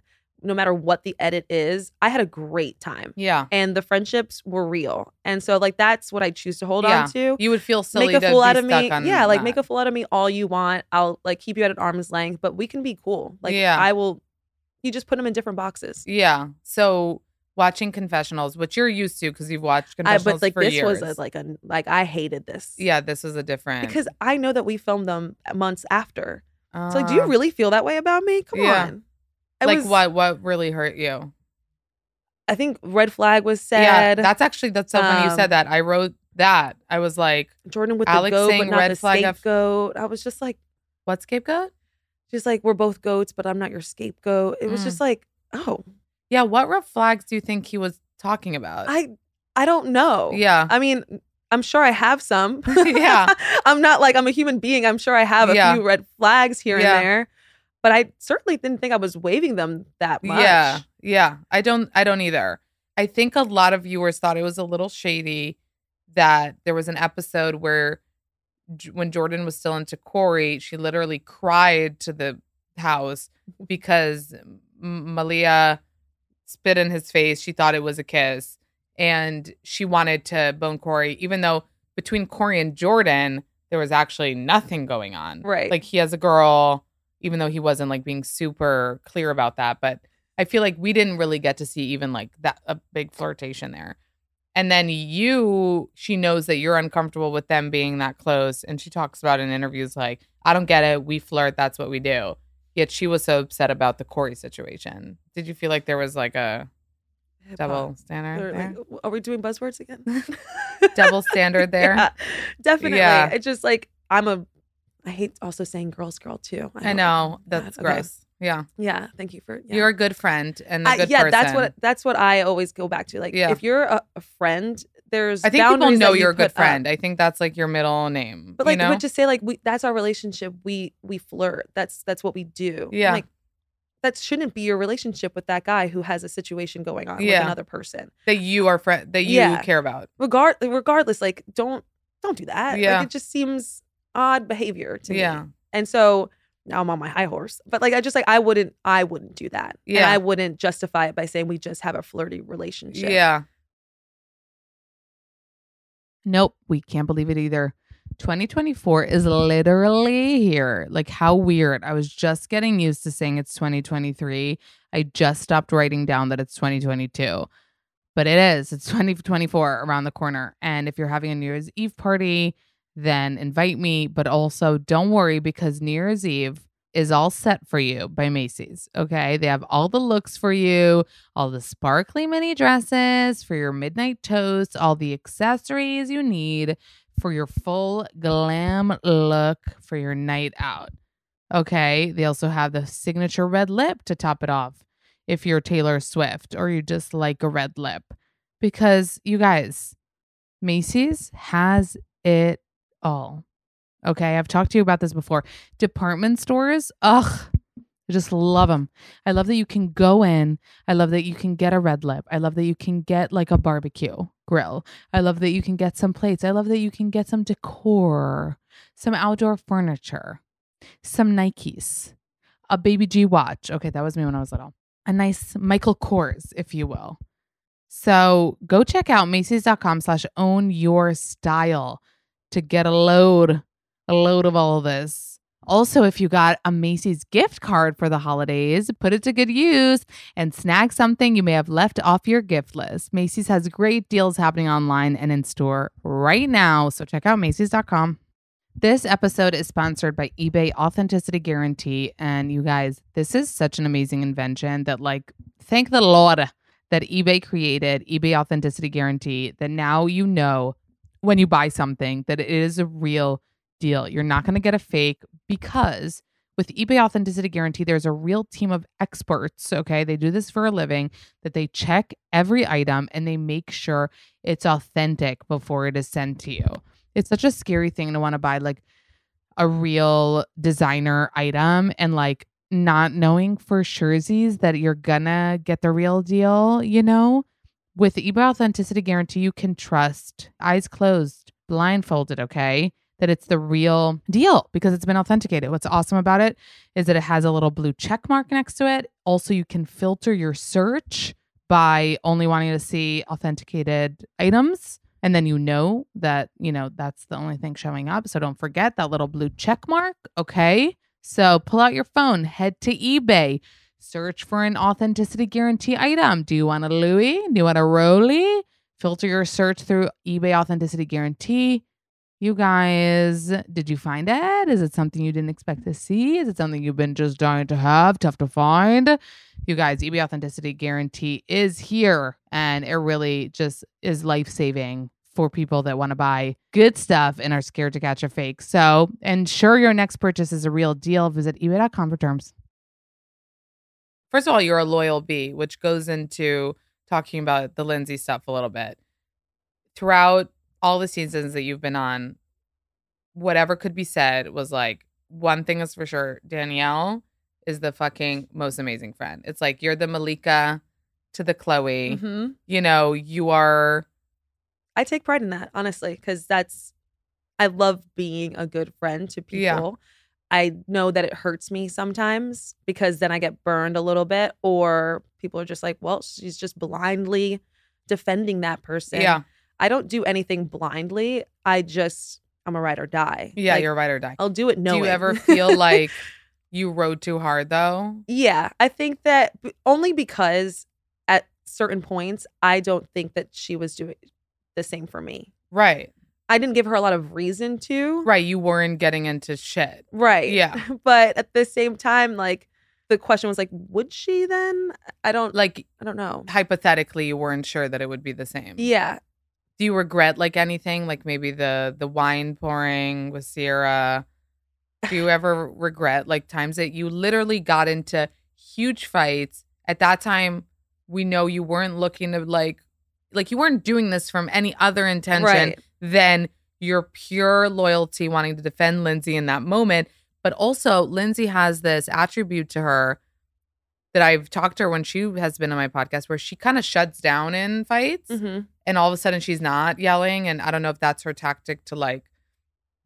no matter what the edit is, I had a great time, yeah. and the friendships were real. And so, like that's what I choose to hold Yeah. on to. You would feel silly make a to fool be out of stuck me. on Yeah, like that. make a fool out of me all you want. I'll like keep you at an arm's length, but we can be cool. Like Yeah. I will. You just put them in different boxes. Yeah. So watching confessionals, which you're used to because you've watched confessionals I, but like for this years. was a, like a like I hated this. yeah, this was a different Because I know that we filmed them months after. uh, So like, do you really feel that way about me? Come yeah. on. I like was- what what really hurt you? I think red flag was said. Yeah, that's actually that's so funny you Um, said that. I wrote that. I was like, Jordan with Alex the goat, saying but not red the flag of- scapegoat. I was just like, "What scapegoat?" just like we're both goats, but I'm not your scapegoat. It was Mm. just like, oh, Yeah, what red flags do you think he was talking about? I, I don't know. Uh, yeah, I mean, I'm sure I have some. Yeah. I'm not like I'm a human being. I'm sure I have a Yeah. few red flags here Yeah. and there. But I certainly didn't think I was waving them that much. yeah, yeah. I don't, I don't either. I think a lot of viewers thought it was a little shady that there was an episode where J- when Jordan was still into Corey, she literally cried to the house because M- Malia spit in his face. She thought it was a kiss and she wanted to bone Corey, even though between Corey and Jordan, there was actually nothing going on. Right. Like he has a girl, even though he wasn't like being super clear about that. But I feel like we didn't really get to see even like that a big flirtation there. And then you, she knows that you're uncomfortable with them being that close. And she talks about in interviews, like, I don't get it. We flirt. That's what we do. Yet she was so upset about the Corey situation. Did you feel like there was like a Hip hop. double standard? They're there? like, are we doing buzzwords again? double standard there. Yeah, definitely. Yeah. It's just like I'm a. I hate also saying girls, girl too. I don't know that. that's Okay. gross. Yeah. Yeah. Thank you for. Yeah. you're a good friend and a I- good yeah, person. that's what that's what I always go back to. Like, Yeah. if you're a, a friend, there's I think people boundaries that know you you're a good put up. friend. I think that's like your middle name. But like, you know? but just say like we that's our relationship. We we flirt. That's that's what we do. I'm Yeah. Like that shouldn't be your relationship with that guy who has a situation going on Yeah. with another person. that you are friend that you Yeah. care about. Regard regardless, like don't don't do that. Yeah. Like it just seems odd behavior to me. Yeah. And so now I'm on my high horse. But like I just like I wouldn't I wouldn't do that. And Yeah. I wouldn't justify it by saying we just have a flirty relationship. Yeah. Nope, we can't believe it either. 2024 is literally here. Like, how weird. I was just getting used to saying it's 2023. I just stopped writing down that it's 2022, but it is. It's 2024 around the corner. And if you're having a New Year's Eve party, then invite me. But also, don't worry because New Year's Eve is all set for you by Macy's. Okay. They have all the looks for you all the sparkly mini dresses for your midnight toast, all the accessories you need for your full glam look for your night out. Okay, they also have the signature red lip to top it off if you're Taylor Swift or you just like a red lip. Because you guys, Macy's has it all. Okay, I've talked to you about this before. Department stores, ugh, I just love them. I love that you can go in. I love that you can get a red lip. I love that you can get like a barbecue grill. I love that you can get some plates. I love that you can get some decor, some outdoor furniture, some Nikes, a baby G watch. Okay, that was me when I was little. A nice Michael Kors, if you will. So go check out Macy's.com slash own your style to get a load, a load of all of this. Also, if you got a Macy's gift card for the holidays, put it to good use and snag something you may have left off your gift list. Macy's has great deals happening online and in store right now, so check out Macy's.com. This episode is sponsored by eBay Authenticity Guarantee. And you guys, this is such an amazing invention that, like, thank the Lord that eBay created eBay Authenticity Guarantee that now you know when you buy something that it is a real deal. You're not going to get a fake because with eBay Authenticity Guarantee, there's a real team of experts. Okay. They do this for a living that they check every item and they make sure it's authentic before it is sent to you. It's such a scary thing to want to buy like a real designer item and like not knowing for surezies that you're gonna get the real deal, you know? With the eBay Authenticity Guarantee, you can trust eyes closed, blindfolded, okay? that it's the real deal because it's been authenticated. What's awesome about it is that it has a little blue check mark next to it. Also, you can filter your search by only wanting to see authenticated items. And then you know that, you know, that's the only thing showing up. So don't forget that little blue check mark. Okay. So pull out your phone, head to eBay, search for an authenticity guarantee item. Do you want a Louis? Do you want a Roly? Filter your search through eBay authenticity guarantee. You guys, did you find it? Is it something you didn't expect to see? Is it something you've been just dying to have, tough to find? You guys, eBay Authenticity Guarantee is here and it really just is life saving for people that want to buy good stuff and are scared to catch a fake. So ensure your next purchase is a real deal. Visit E eBay.com for terms. First of all, you're a loyal bee, which goes into talking about the Lindsay stuff a little bit. Throughout all the seasons that you've been on, whatever could be said was like one thing is for sure. Danielle is the fucking most amazing friend. It's like you're the Malika to the Chloe. Mm-hmm. You know, you are. I take pride in that, honestly, because that's, I love being a good friend to people. Yeah. I know that it hurts me sometimes because then I get burned a little bit, or people are just like, well, she's just blindly defending that person. Yeah, I don't do anything blindly. I just, I'm a ride or die. yeah, Like, oh, you're right or die. I'll do it Do you knowing. ever feel like you rode too hard though? Yeah, I think that b- only because at certain points, I don't think that she was doing the same for me. Right, I didn't give her a lot of reason to. right. You weren't getting into shit. Right. Yeah, But at the same time, like the question was like, would she then? I don't like, like I don't know. hypothetically, you weren't sure that it would be the same. Yeah. Do you regret like anything? Like maybe the the wine pouring with Sierra. Do you ever regret like times that you literally got into huge fights? At that time, we know you weren't looking to like like you weren't doing this from any other intention Right. than your pure loyalty wanting to defend Lindsay in that moment. But also, Lindsay has this attribute to her that I've talked to her when she has been on my podcast where she kind of shuts down in fights hmm and all of a sudden she's not yelling and i don't know if that's her tactic to like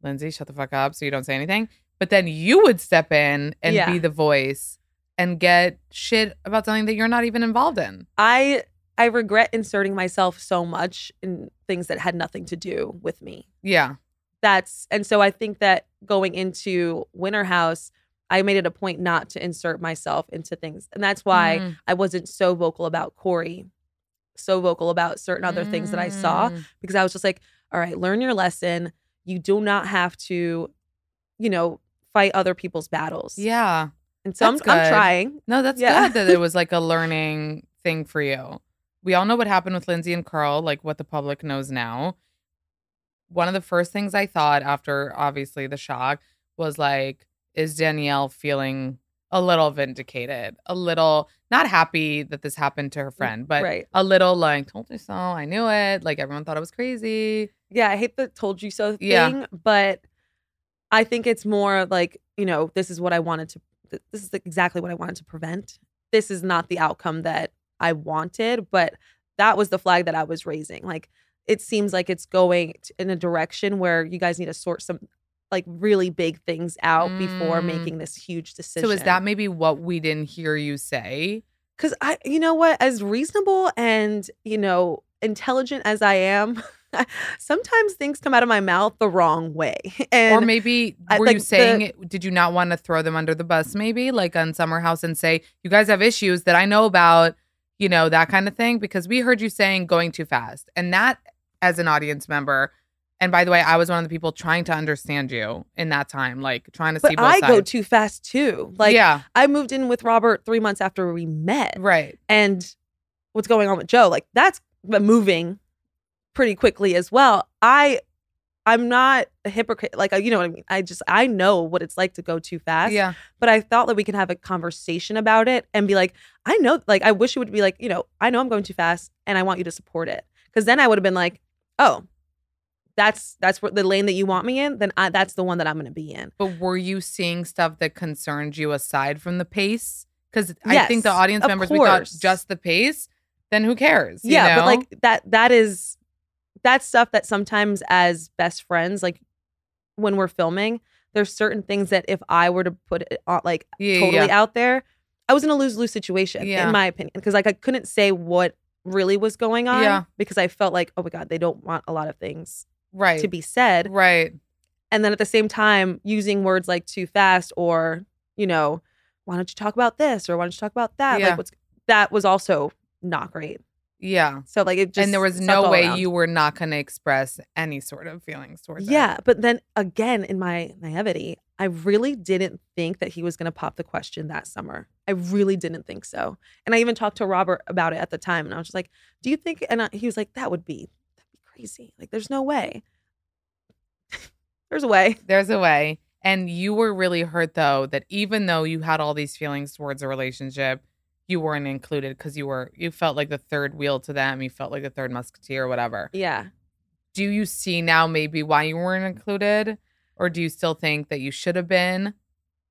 lindsay shut the fuck up so you don't say anything but then you would step in and Yeah. be the voice and get shit about something that you're not even involved in I, I regret inserting myself so much in things that had nothing to do with me. yeah that's and so I think that going into Winter House, I made it a point not to insert myself into things, and that's why Mm. I wasn't so vocal about Corey, so vocal about certain other things that I saw Mm. because I was just like, all right, learn your lesson. You do not have to, you know, fight other people's battles. yeah and so I'm, that's I'm good. trying. no that's Yeah. good that it was like a learning thing for you we all know what happened with lindsay and carl like what the public knows now one of the first things i thought after obviously the shock was like is Danielle feeling a little vindicated, a little not happy that this happened to her friend, but Mm, right. a little like told you so, I knew it. Like everyone thought I was crazy. Yeah, I hate the told you so thing, Yeah. but I think it's more like, you know, this is what I wanted to th- this is exactly what I wanted to prevent. This is not the outcome that I wanted, but that was the flag that I was raising. Like it seems like it's going t- in a direction where you guys need to sort some like really big things out before Mm. making this huge decision. So is that maybe what we didn't hear you say? Because I, you know what, as reasonable and, you know, intelligent as I am, sometimes things come out of my mouth the wrong way. And or maybe I- were like you the- saying it, did you not want to throw them under the bus maybe like on summer house and say you guys have issues that i know about you know that kind of thing because we heard you saying going too fast and that as an audience member and by the way i was one of the people trying to understand you in that time like trying to see but both I sides go too fast too. Like yeah I moved in with Robert three months after we met. right And what's going on with Joe? Like that's been moving pretty quickly as well. I I'm not a hypocrite. Like you know what I mean. I just I know what it's like to go too fast. yeah But I thought that we can have a conversation about it and be like, I know. Like I wish it would be like you know I know I'm going too fast and I want you to support it because then I would have been like, oh, that's that's what the lane that you want me in. Then I, that's the one that I'm going to be in. but were you seeing stuff that concerned you aside from the pace because i think the Yes, audience of members we got course. just the pace then who cares you yeah but know? like that that is that's stuff that sometimes as best friends like when we're filming there's certain things that if i were to put it on like yeah, yeah, totally yeah. out there i was in a lose-lose situation Yeah. in my opinion because like i couldn't say what really was going on Yeah. because i felt like oh my god they don't want a lot of things right to be said right and then at the same time using words like too fast or you know why don't you talk about this or why don't you talk about that Yeah. like what's that was also not great Yeah. so like it just and there was sucked no all way around. you were not going to express any sort of feelings towards Yeah, it. but then again, in my naivety, I really didn't think that he was going to pop the question that summer. I really didn't think so. And I even talked to Robert about it at the time, and I was just like, "Do you think?" And I, he was like, "That would be that'd be crazy. Like, there's no way. there's a way. There's a way. And you were really hurt though that even though you had all these feelings towards a relationship, you weren't included because you were you felt like the third wheel to them. You felt like the third musketeer or whatever. Yeah, Do you see now maybe why you weren't included? Or do you still think that you should have been?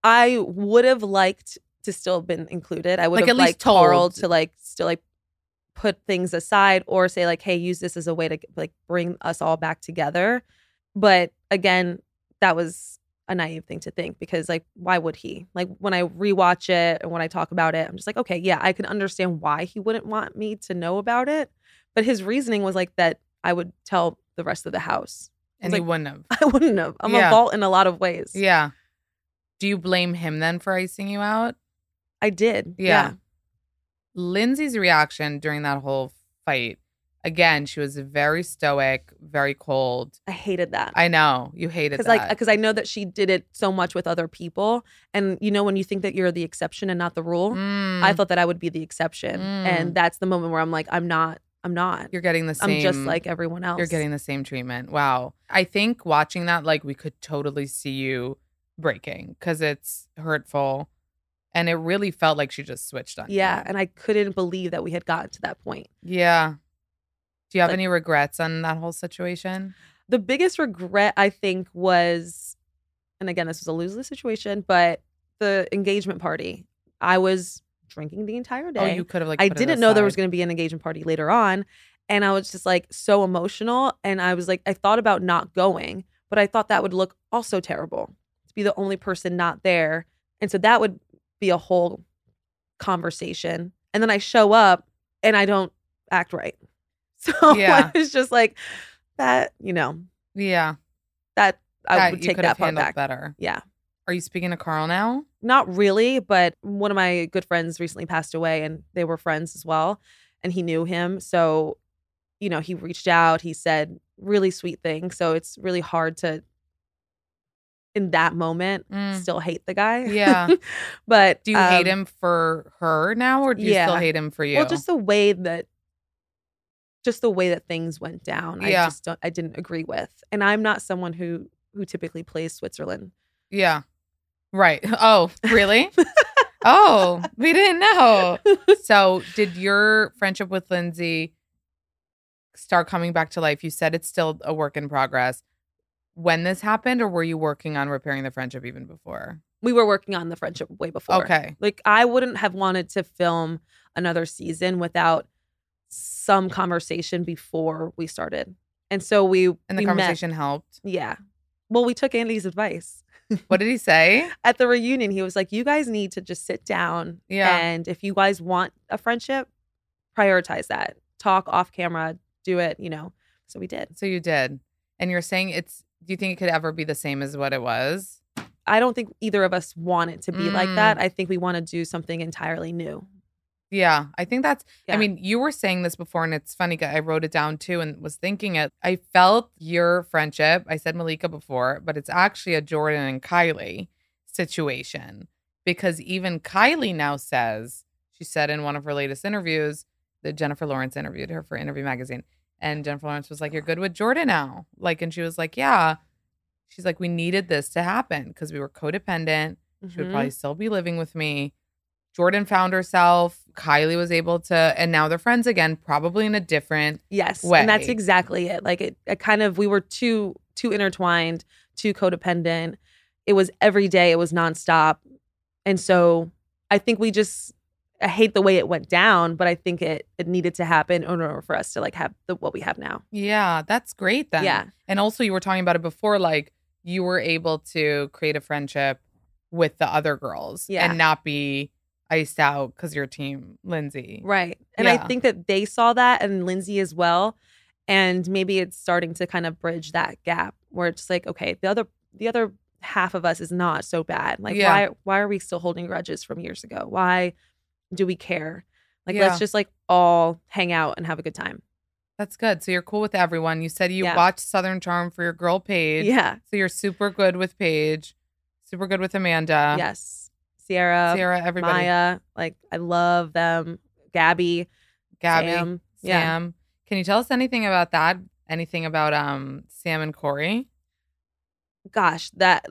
I would have liked to still have been included. I would Like, at have least liked Carl told. to like still like put things aside or say like, hey, use this as a way to like bring us all back together. But again, that was a naive thing to think because like, why would he? Like when I rewatch it and when I talk about it, I'm just like, okay, yeah, I can understand why he wouldn't want me to know about it. But his reasoning was like that I would tell the rest of the house. And It's you like- wouldn't have. I wouldn't have. I'm Yeah. a vault in a lot of ways. Yeah. Do you blame him then for icing you out? I did. Yeah. Lindsay's reaction during that whole fight, again, she was very stoic, very cold. I hated that. I know you hated that. because like because I know that she did it so much with other people, and you know when you think that you're the exception and not the rule, Mm, I thought that I would be the exception, Mm. and that's the moment where I'm like, I'm not, I'm not, you're getting the I'm same. just like everyone else. you're getting the same treatment. Wow. I think watching that, like, we could totally see you breaking because it's hurtful, and it really felt like she just switched on. you. yeah, and I couldn't believe that we had gotten to that point. yeah. Do you have Like- any regrets on that whole situation? The biggest regret I think was, and again this was a lose lose situation, but the engagement party, I was drinking the entire day. Oh, you could have like. I put it didn't know there was aside. going to be an engagement party later on. And I was just like so emotional. And I was like, I thought about not going, but I thought that would look also terrible to be the only person not there. And so that would be a whole conversation. And then I show up and I don't act right. So Yeah. I was just like, that, you know, Yeah, that I that would you take could have that part handled back. better. Yeah. Are you speaking to Carl now? not really, but one of my good friends recently passed away and they were friends as well. And he knew him. So, you know, he reached out, he said really sweet things. So it's really hard to, in that moment, Mm. still hate the guy. Yeah. but Do you hate um, him for her now, or do you still yeah. hate him for you? Well, just the way that just the way that things went down. I Yeah. just don't I didn't agree with. And I'm not someone who who typically plays Switzerland. yeah, right. Oh, really? oh, we didn't know. So, did your friendship with Lindsay start coming back to life? You said it's still a work in progress. When this happened, or were you working on repairing the friendship even before? we were working on the friendship way before. Okay. Like I wouldn't have wanted to film another season without some conversation before we started. And so we And the we met. conversation helped. Yeah. Well, we took Andy's advice. What did he say? At the reunion, he was like, You guys need to just sit down. Yeah. And if you guys want a friendship, prioritize that. Talk off camera, do it, you know. So we did. So you did. And you're saying it's do you think it could ever be the same as what it was? I don't think either of us want it to be like Mm. that. I think we want to do something entirely new. Yeah, I think that's. Yeah. I mean, you were saying this before, and it's funny. 'cause I wrote it down too, and was thinking it. I felt your friendship. I said Malika before, but it's actually a Jordan and Kylie situation because even Kylie now says she said in one of her latest interviews that Jennifer Lawrence interviewed her for Interview Magazine, and Jennifer Lawrence was like, "You're good with Jordan now," like, and she was like, "Yeah." She's like, "We needed this to happen because we were codependent." She would Mhm. probably still be living with me. Jordan found herself. Kylie was able to, and now they're friends again, probably in a different. Yes. way. And that's exactly it. Like it, it kind of we were too too intertwined, too codependent. It was every day, it was nonstop. And so I think we just I hate the way it went down, but I think it it needed to happen in order for us to like have the what we have now. Yeah, that's great then. Yeah. And also, you were talking about it before, like you were able to create a friendship with the other girls Yeah. and not be iced out because your team, Lindsay. Right. And Yeah. I think that they saw that and Lindsay as well. And maybe it's starting to kind of bridge that gap where it's like, okay, the other the other half of us is not so bad. Like Yeah. why why are we still holding grudges from years ago? Why do we care? Like Yeah. let's just like all hang out and have a good time. That's good. So you're cool with everyone. You said you Yeah. watched Southern Charm for your girl Paige. Yeah. So you're super good with Paige, super good with Amanda. yes. Sierra, Sarah, everybody. Maya, like I love them. Gabby, Gabby. Sam. Yeah. Sam. Can you tell us anything about that? Anything about um Sam and Corey? Gosh, that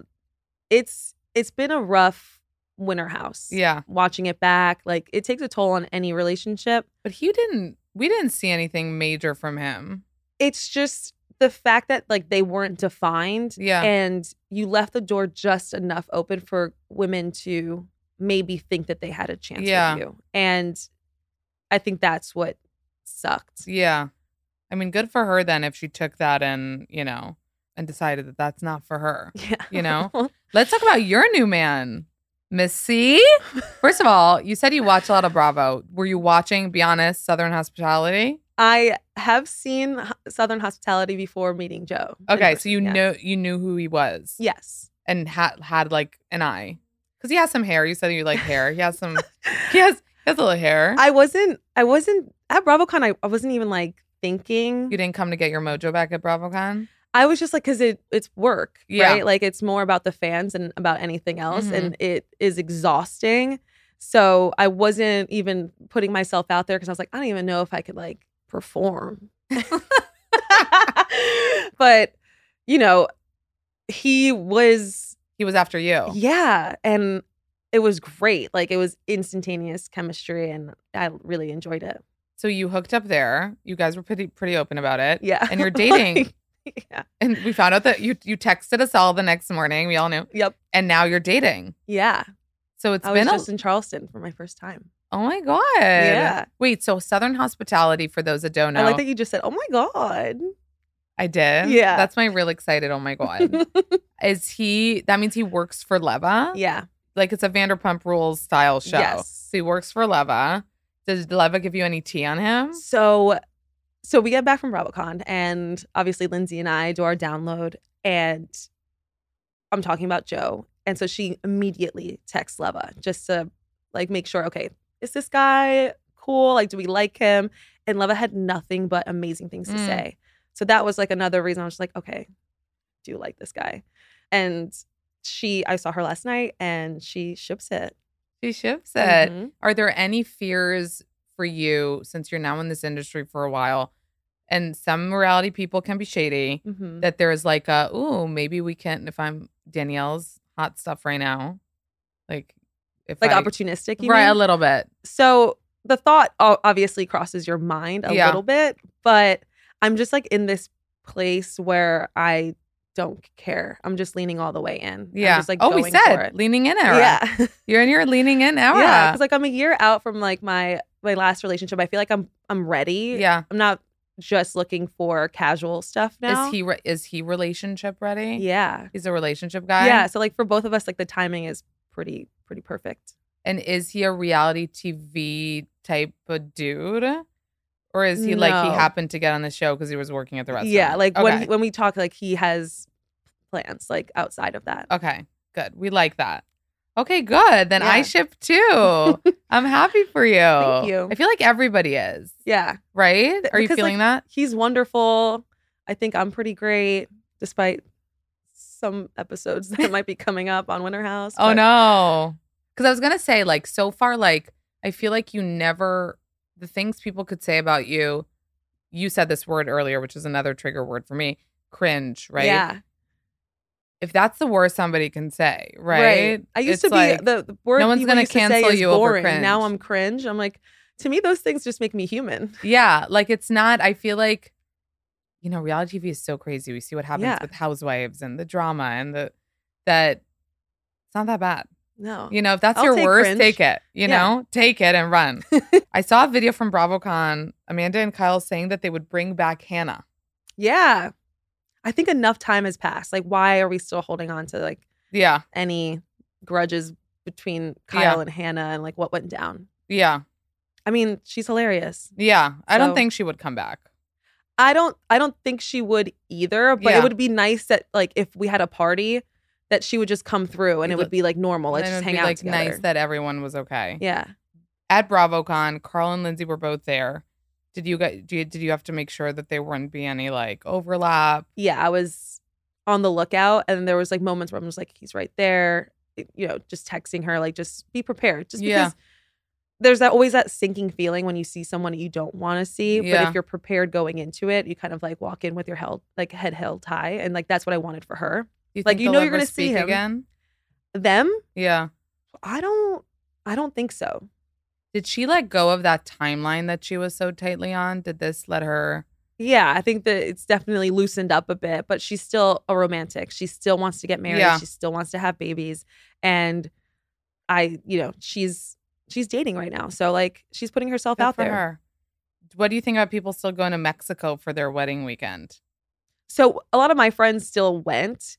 it's it's been a rough winter house. Yeah. watching it back. Like it takes a toll on any relationship. But he didn't we didn't see anything major from him. It's just the fact that like they weren't defined Yeah. and you left the door just enough open for women to maybe think that they had a chance Yeah. with you. And I think that's what sucked. yeah. I mean, good for her then if she took that and, you know, and decided that that's not for her. Yeah. You know? Let's talk about your new man, Miss C. First of all, you said you watch a lot of Bravo. Were you watching, be honest, Southern Hospitality? I have seen H- Southern Hospitality before meeting Joe. in Okay, so person, you yeah. know you knew who he was. Yes. and had had like an eye because he has some hair. You said you like hair. He has some. he has he has a little hair. I wasn't I wasn't at BravoCon I, I wasn't even like thinking you didn't come to get your mojo back at BravoCon. I was just like, because it it's work, Yeah. right? Like it's more about the fans and about anything else, Mhm. and it is exhausting. So I wasn't even putting myself out there because I was like, I don't even know if I could like perform. but you know, he was He was after you. yeah, and it was great. Like it was instantaneous chemistry, and I really enjoyed it. So you hooked up there. You guys were pretty pretty open about it. Yeah, And you're dating. yeah. and we found out that you you texted us all the next morning. We all knew. Yep. And now you're dating. Yeah. So it's I was been a, just in Charleston for my first time. oh my god. Yeah. Wait. So Southern Hospitality for those that don't know, I like that you just said, "Oh my god." I did. Yeah. That's my real excited. Oh my god. Is he? That means he works for Leva. yeah. like it's a Vanderpump Rules style show. Yes. So he works for Leva. Does Leva give you any tea on him? So, so we get back from BravoCon, and obviously Lindsay and I do our download, and I'm talking about Joe, and so she immediately texts Leva just to like make sure, okay, is this guy cool? Like, do we like him? And Leva had nothing but amazing things to Mm. say. So that was like another reason I was just like, okay, do you like this guy? And she, I saw her last night, and she ships it. She ships it. Mhm. Are there any fears for you since you're now in this industry for a while and some reality people can be shady Mhm. that there's like a, ooh, maybe we can if I'm Danielle's hot stuff right now. Like if Like I, opportunistic, you Right, mean? a little bit. so the thought o- obviously crosses your mind a Yeah. little bit, but I'm just like in this place where I don't care. I'm just leaning all the way in. Yeah. I'm just like oh, going we for said Ah. it. leaning in era. Yeah, yeah. You're in your leaning in era. Because like I'm a year out from like my my last relationship. I feel like I'm I'm ready. Yeah. I'm not just looking for casual stuff now. Is he re- is he relationship ready? Yeah. He's a relationship guy. Yeah. So like for both of us, like the timing is pretty pretty perfect. And is he a reality TV type of dude? Or is he like he No. happened to get on the show because he was working at the restaurant? Yeah. Like okay. when when we talk, like he has plans like outside of that. Okay, good. We like that. Okay, good. Then I Yeah. ship too. I'm happy for you. Thank you. I feel like everybody is, Yeah. right? Are you because, feeling that? like, He's wonderful. I think I'm pretty great, despite some episodes that might be coming up on Winter House. Oh but- no. Cuz I was going to say like so far like I feel like you never the things people could say about you you said this word earlier which is another trigger word for me, cringe, right? Yeah. If that's the worst somebody can say, right? I used It's to be like, the, the word no one's people gonna used to say cancel is you over boring. Now cringe. I'm cringe. I'm like, to me, those things just make me human. Yeah, like it's not. I feel like, you know, reality TV is so crazy. We see what happens Yeah. with housewives and the drama and the that it's not that bad. No. You know, if that's I'll your take worst, cringe. take it. You Yeah. know, take it and run. I saw a video from BravoCon, Amanda and Kyle saying that they would bring back Hannah. Yeah. I think enough time has passed. Like, why are we still holding on to like Yeah, any grudges between Kyle Yeah. and Hannah and like what went down? yeah, I mean, she's hilarious. yeah. I don't So- think she would come back. I don't I don't think she would either, but Yeah. it would be nice that like if we had a party that she would just come through and it would be like normal. And Let's it just would hang be out like together. nice that everyone was okay. yeah. At BravoCon, Carl and Lindsay were both there. Did you guys? Did you have to make sure that there wouldn't be any like overlap? Yeah, I was on the lookout and there was like moments where I'm just like, he's right there. You know, just texting her, like just be prepared. Just Yeah. because there's that always that sinking feeling when you see someone you don't want to see. But Yeah. if you're prepared going into it, you kind of like walk in with your held like head held high. And like that's what I wanted for her. You Like, think you they'll know you're ever gonna see speak him. again. Them? Yeah. I don't I don't think so. Did she let go of that timeline that she was so tightly on? Did this let her? Yeah, I think that it's definitely loosened up a bit, but she's still a romantic. She still wants to get married. Yeah. She still wants to have babies. And I, you know, she's she's dating right now. So like she's putting herself Good out for there. her. What do you think about people still going to Mexico for their wedding weekend? So a lot of my friends still went,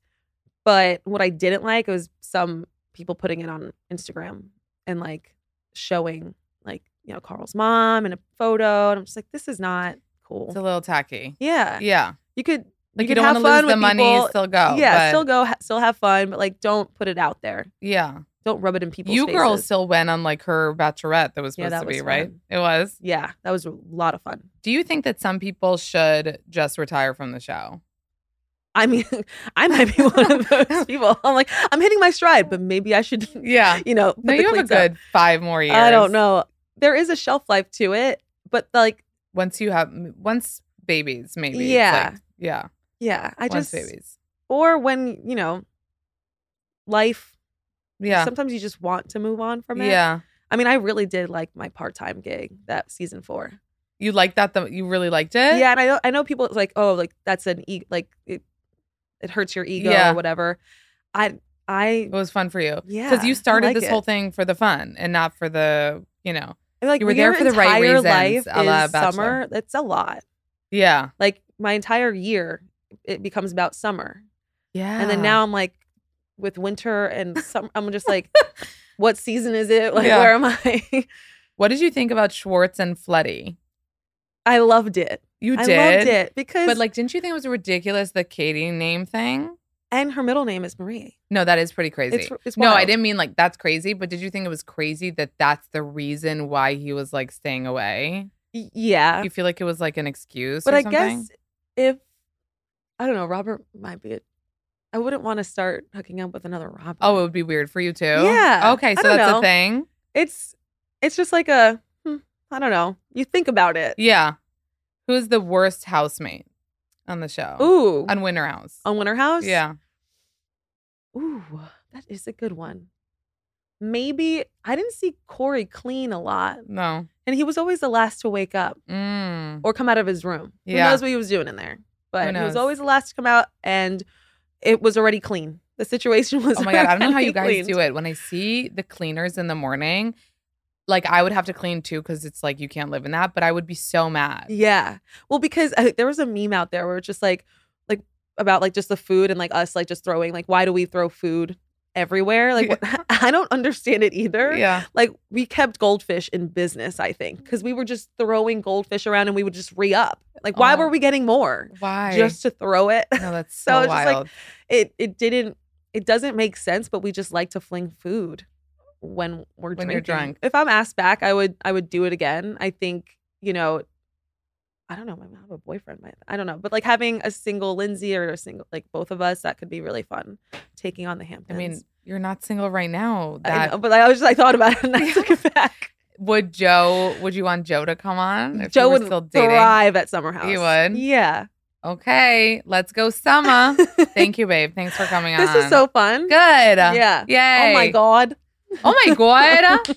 but what I didn't like was some people putting it on Instagram and like showing like, you know, Carl's mom and a photo. And I'm just like, this is not cool. It's a little tacky. yeah. Yeah. You could Like you, could don't have want to fun lose with the money, people. still go. yeah, Oh, but- still go, ha- still have fun, but like, don't put it out there. Yeah. Don't rub it in people's You girls faces. still went on like her bachelorette that was Yeah, supposed to that be, was right? fun. It was. Yeah, that was a lot of fun. Do you think that some people should just retire from the show? I mean, I might be one of those people. I'm like, I'm hitting my stride, but maybe I should, Yeah. you know, put No, the you have a cleats up. good five more years. I don't know. There is a shelf life to it, but like, Once you have, once babies, maybe. It's Yeah. like- yeah. yeah, I once just babies. or when you know, life. Yeah. Sometimes you just want to move on from it. Yeah. I mean, I really did like my part-time gig that season four. You liked that the you really liked it? Yeah, and I know I know people it's like, oh, like that's an e- like it, it hurts your ego Yeah. or whatever. I I It was fun for you. yeah, Because I you started like this it. whole thing for the fun and not for the, you know. And, like you were when there your for the right entire reasons, Life a la is Bachelor. summer. That's a lot. Yeah. Like my entire year, it becomes about summer, Yeah. and then now I'm like with winter and summer. I'm just like, what season is it? Like Yeah. where am I? what did you think about Schwartz and Fletty? I loved it. You I did. loved it because But like, didn't you think it was ridiculous the Katie name thing? and her middle name is Marie. No, that is pretty crazy. It's, it's no, I wild. didn't mean like that's crazy, but did you think it was crazy that that's the reason why he was like staying away? Y- Yeah, You feel like it was like an excuse? but or I something? guess if I don't know, Robert might be. A, I wouldn't want to start hooking up with another Robert. Oh, it would be weird for you too. Yeah, Okay, I so don't that's a know. thing. it's it's just like a hmm, I don't know. You think about it. Yeah. Who's the worst housemate on the show? Ooh, On Winter House. on Winter House. Yeah. Ooh, that is a good one. Maybe I didn't see Corey clean a lot, No. and he was always the last to wake up Mm. or come out of his room. Yeah. Who knows what he was doing in there? But he knows? was always the last to come out, and it was already clean. The situation was. Oh my god, I don't know how already you guys cleaned. do it. When I see the cleaners in the morning, like I would have to clean too because it's like you can't live in that. But I would be so mad. Yeah. Well, because I, there was a meme out there where it's just like, like about like just the food and like us like just throwing like why do we throw food everywhere? Like what, I don't understand it either. Yeah, Like we kept goldfish in business, I think, because we were just throwing goldfish around and we would just re up. Like why Oh. were we getting more why? just to throw it? no, that's so so, it's just like- wild. It it didn't. It doesn't make sense, but we just like to fling food when we're When drinking. you're drunk. If I'm asked back, I would I would do it again. I think you know. I don't know. I might have a boyfriend. Might, I don't know. But like having a single Lindsay or a single like both of us, that could be really fun. Taking on the I Hamptons. mean, you're not single right now. I That know, but I was just I thought about it and I took it back. would Joe? Would you want Joe to come on? If you Joe were would still dating. thrive at Summer House. You would? Yeah. Okay, let's go, Summer. Thank you, babe. Thanks for coming on. This is so fun. good. Yeah. Yay. Oh my god. Oh my god.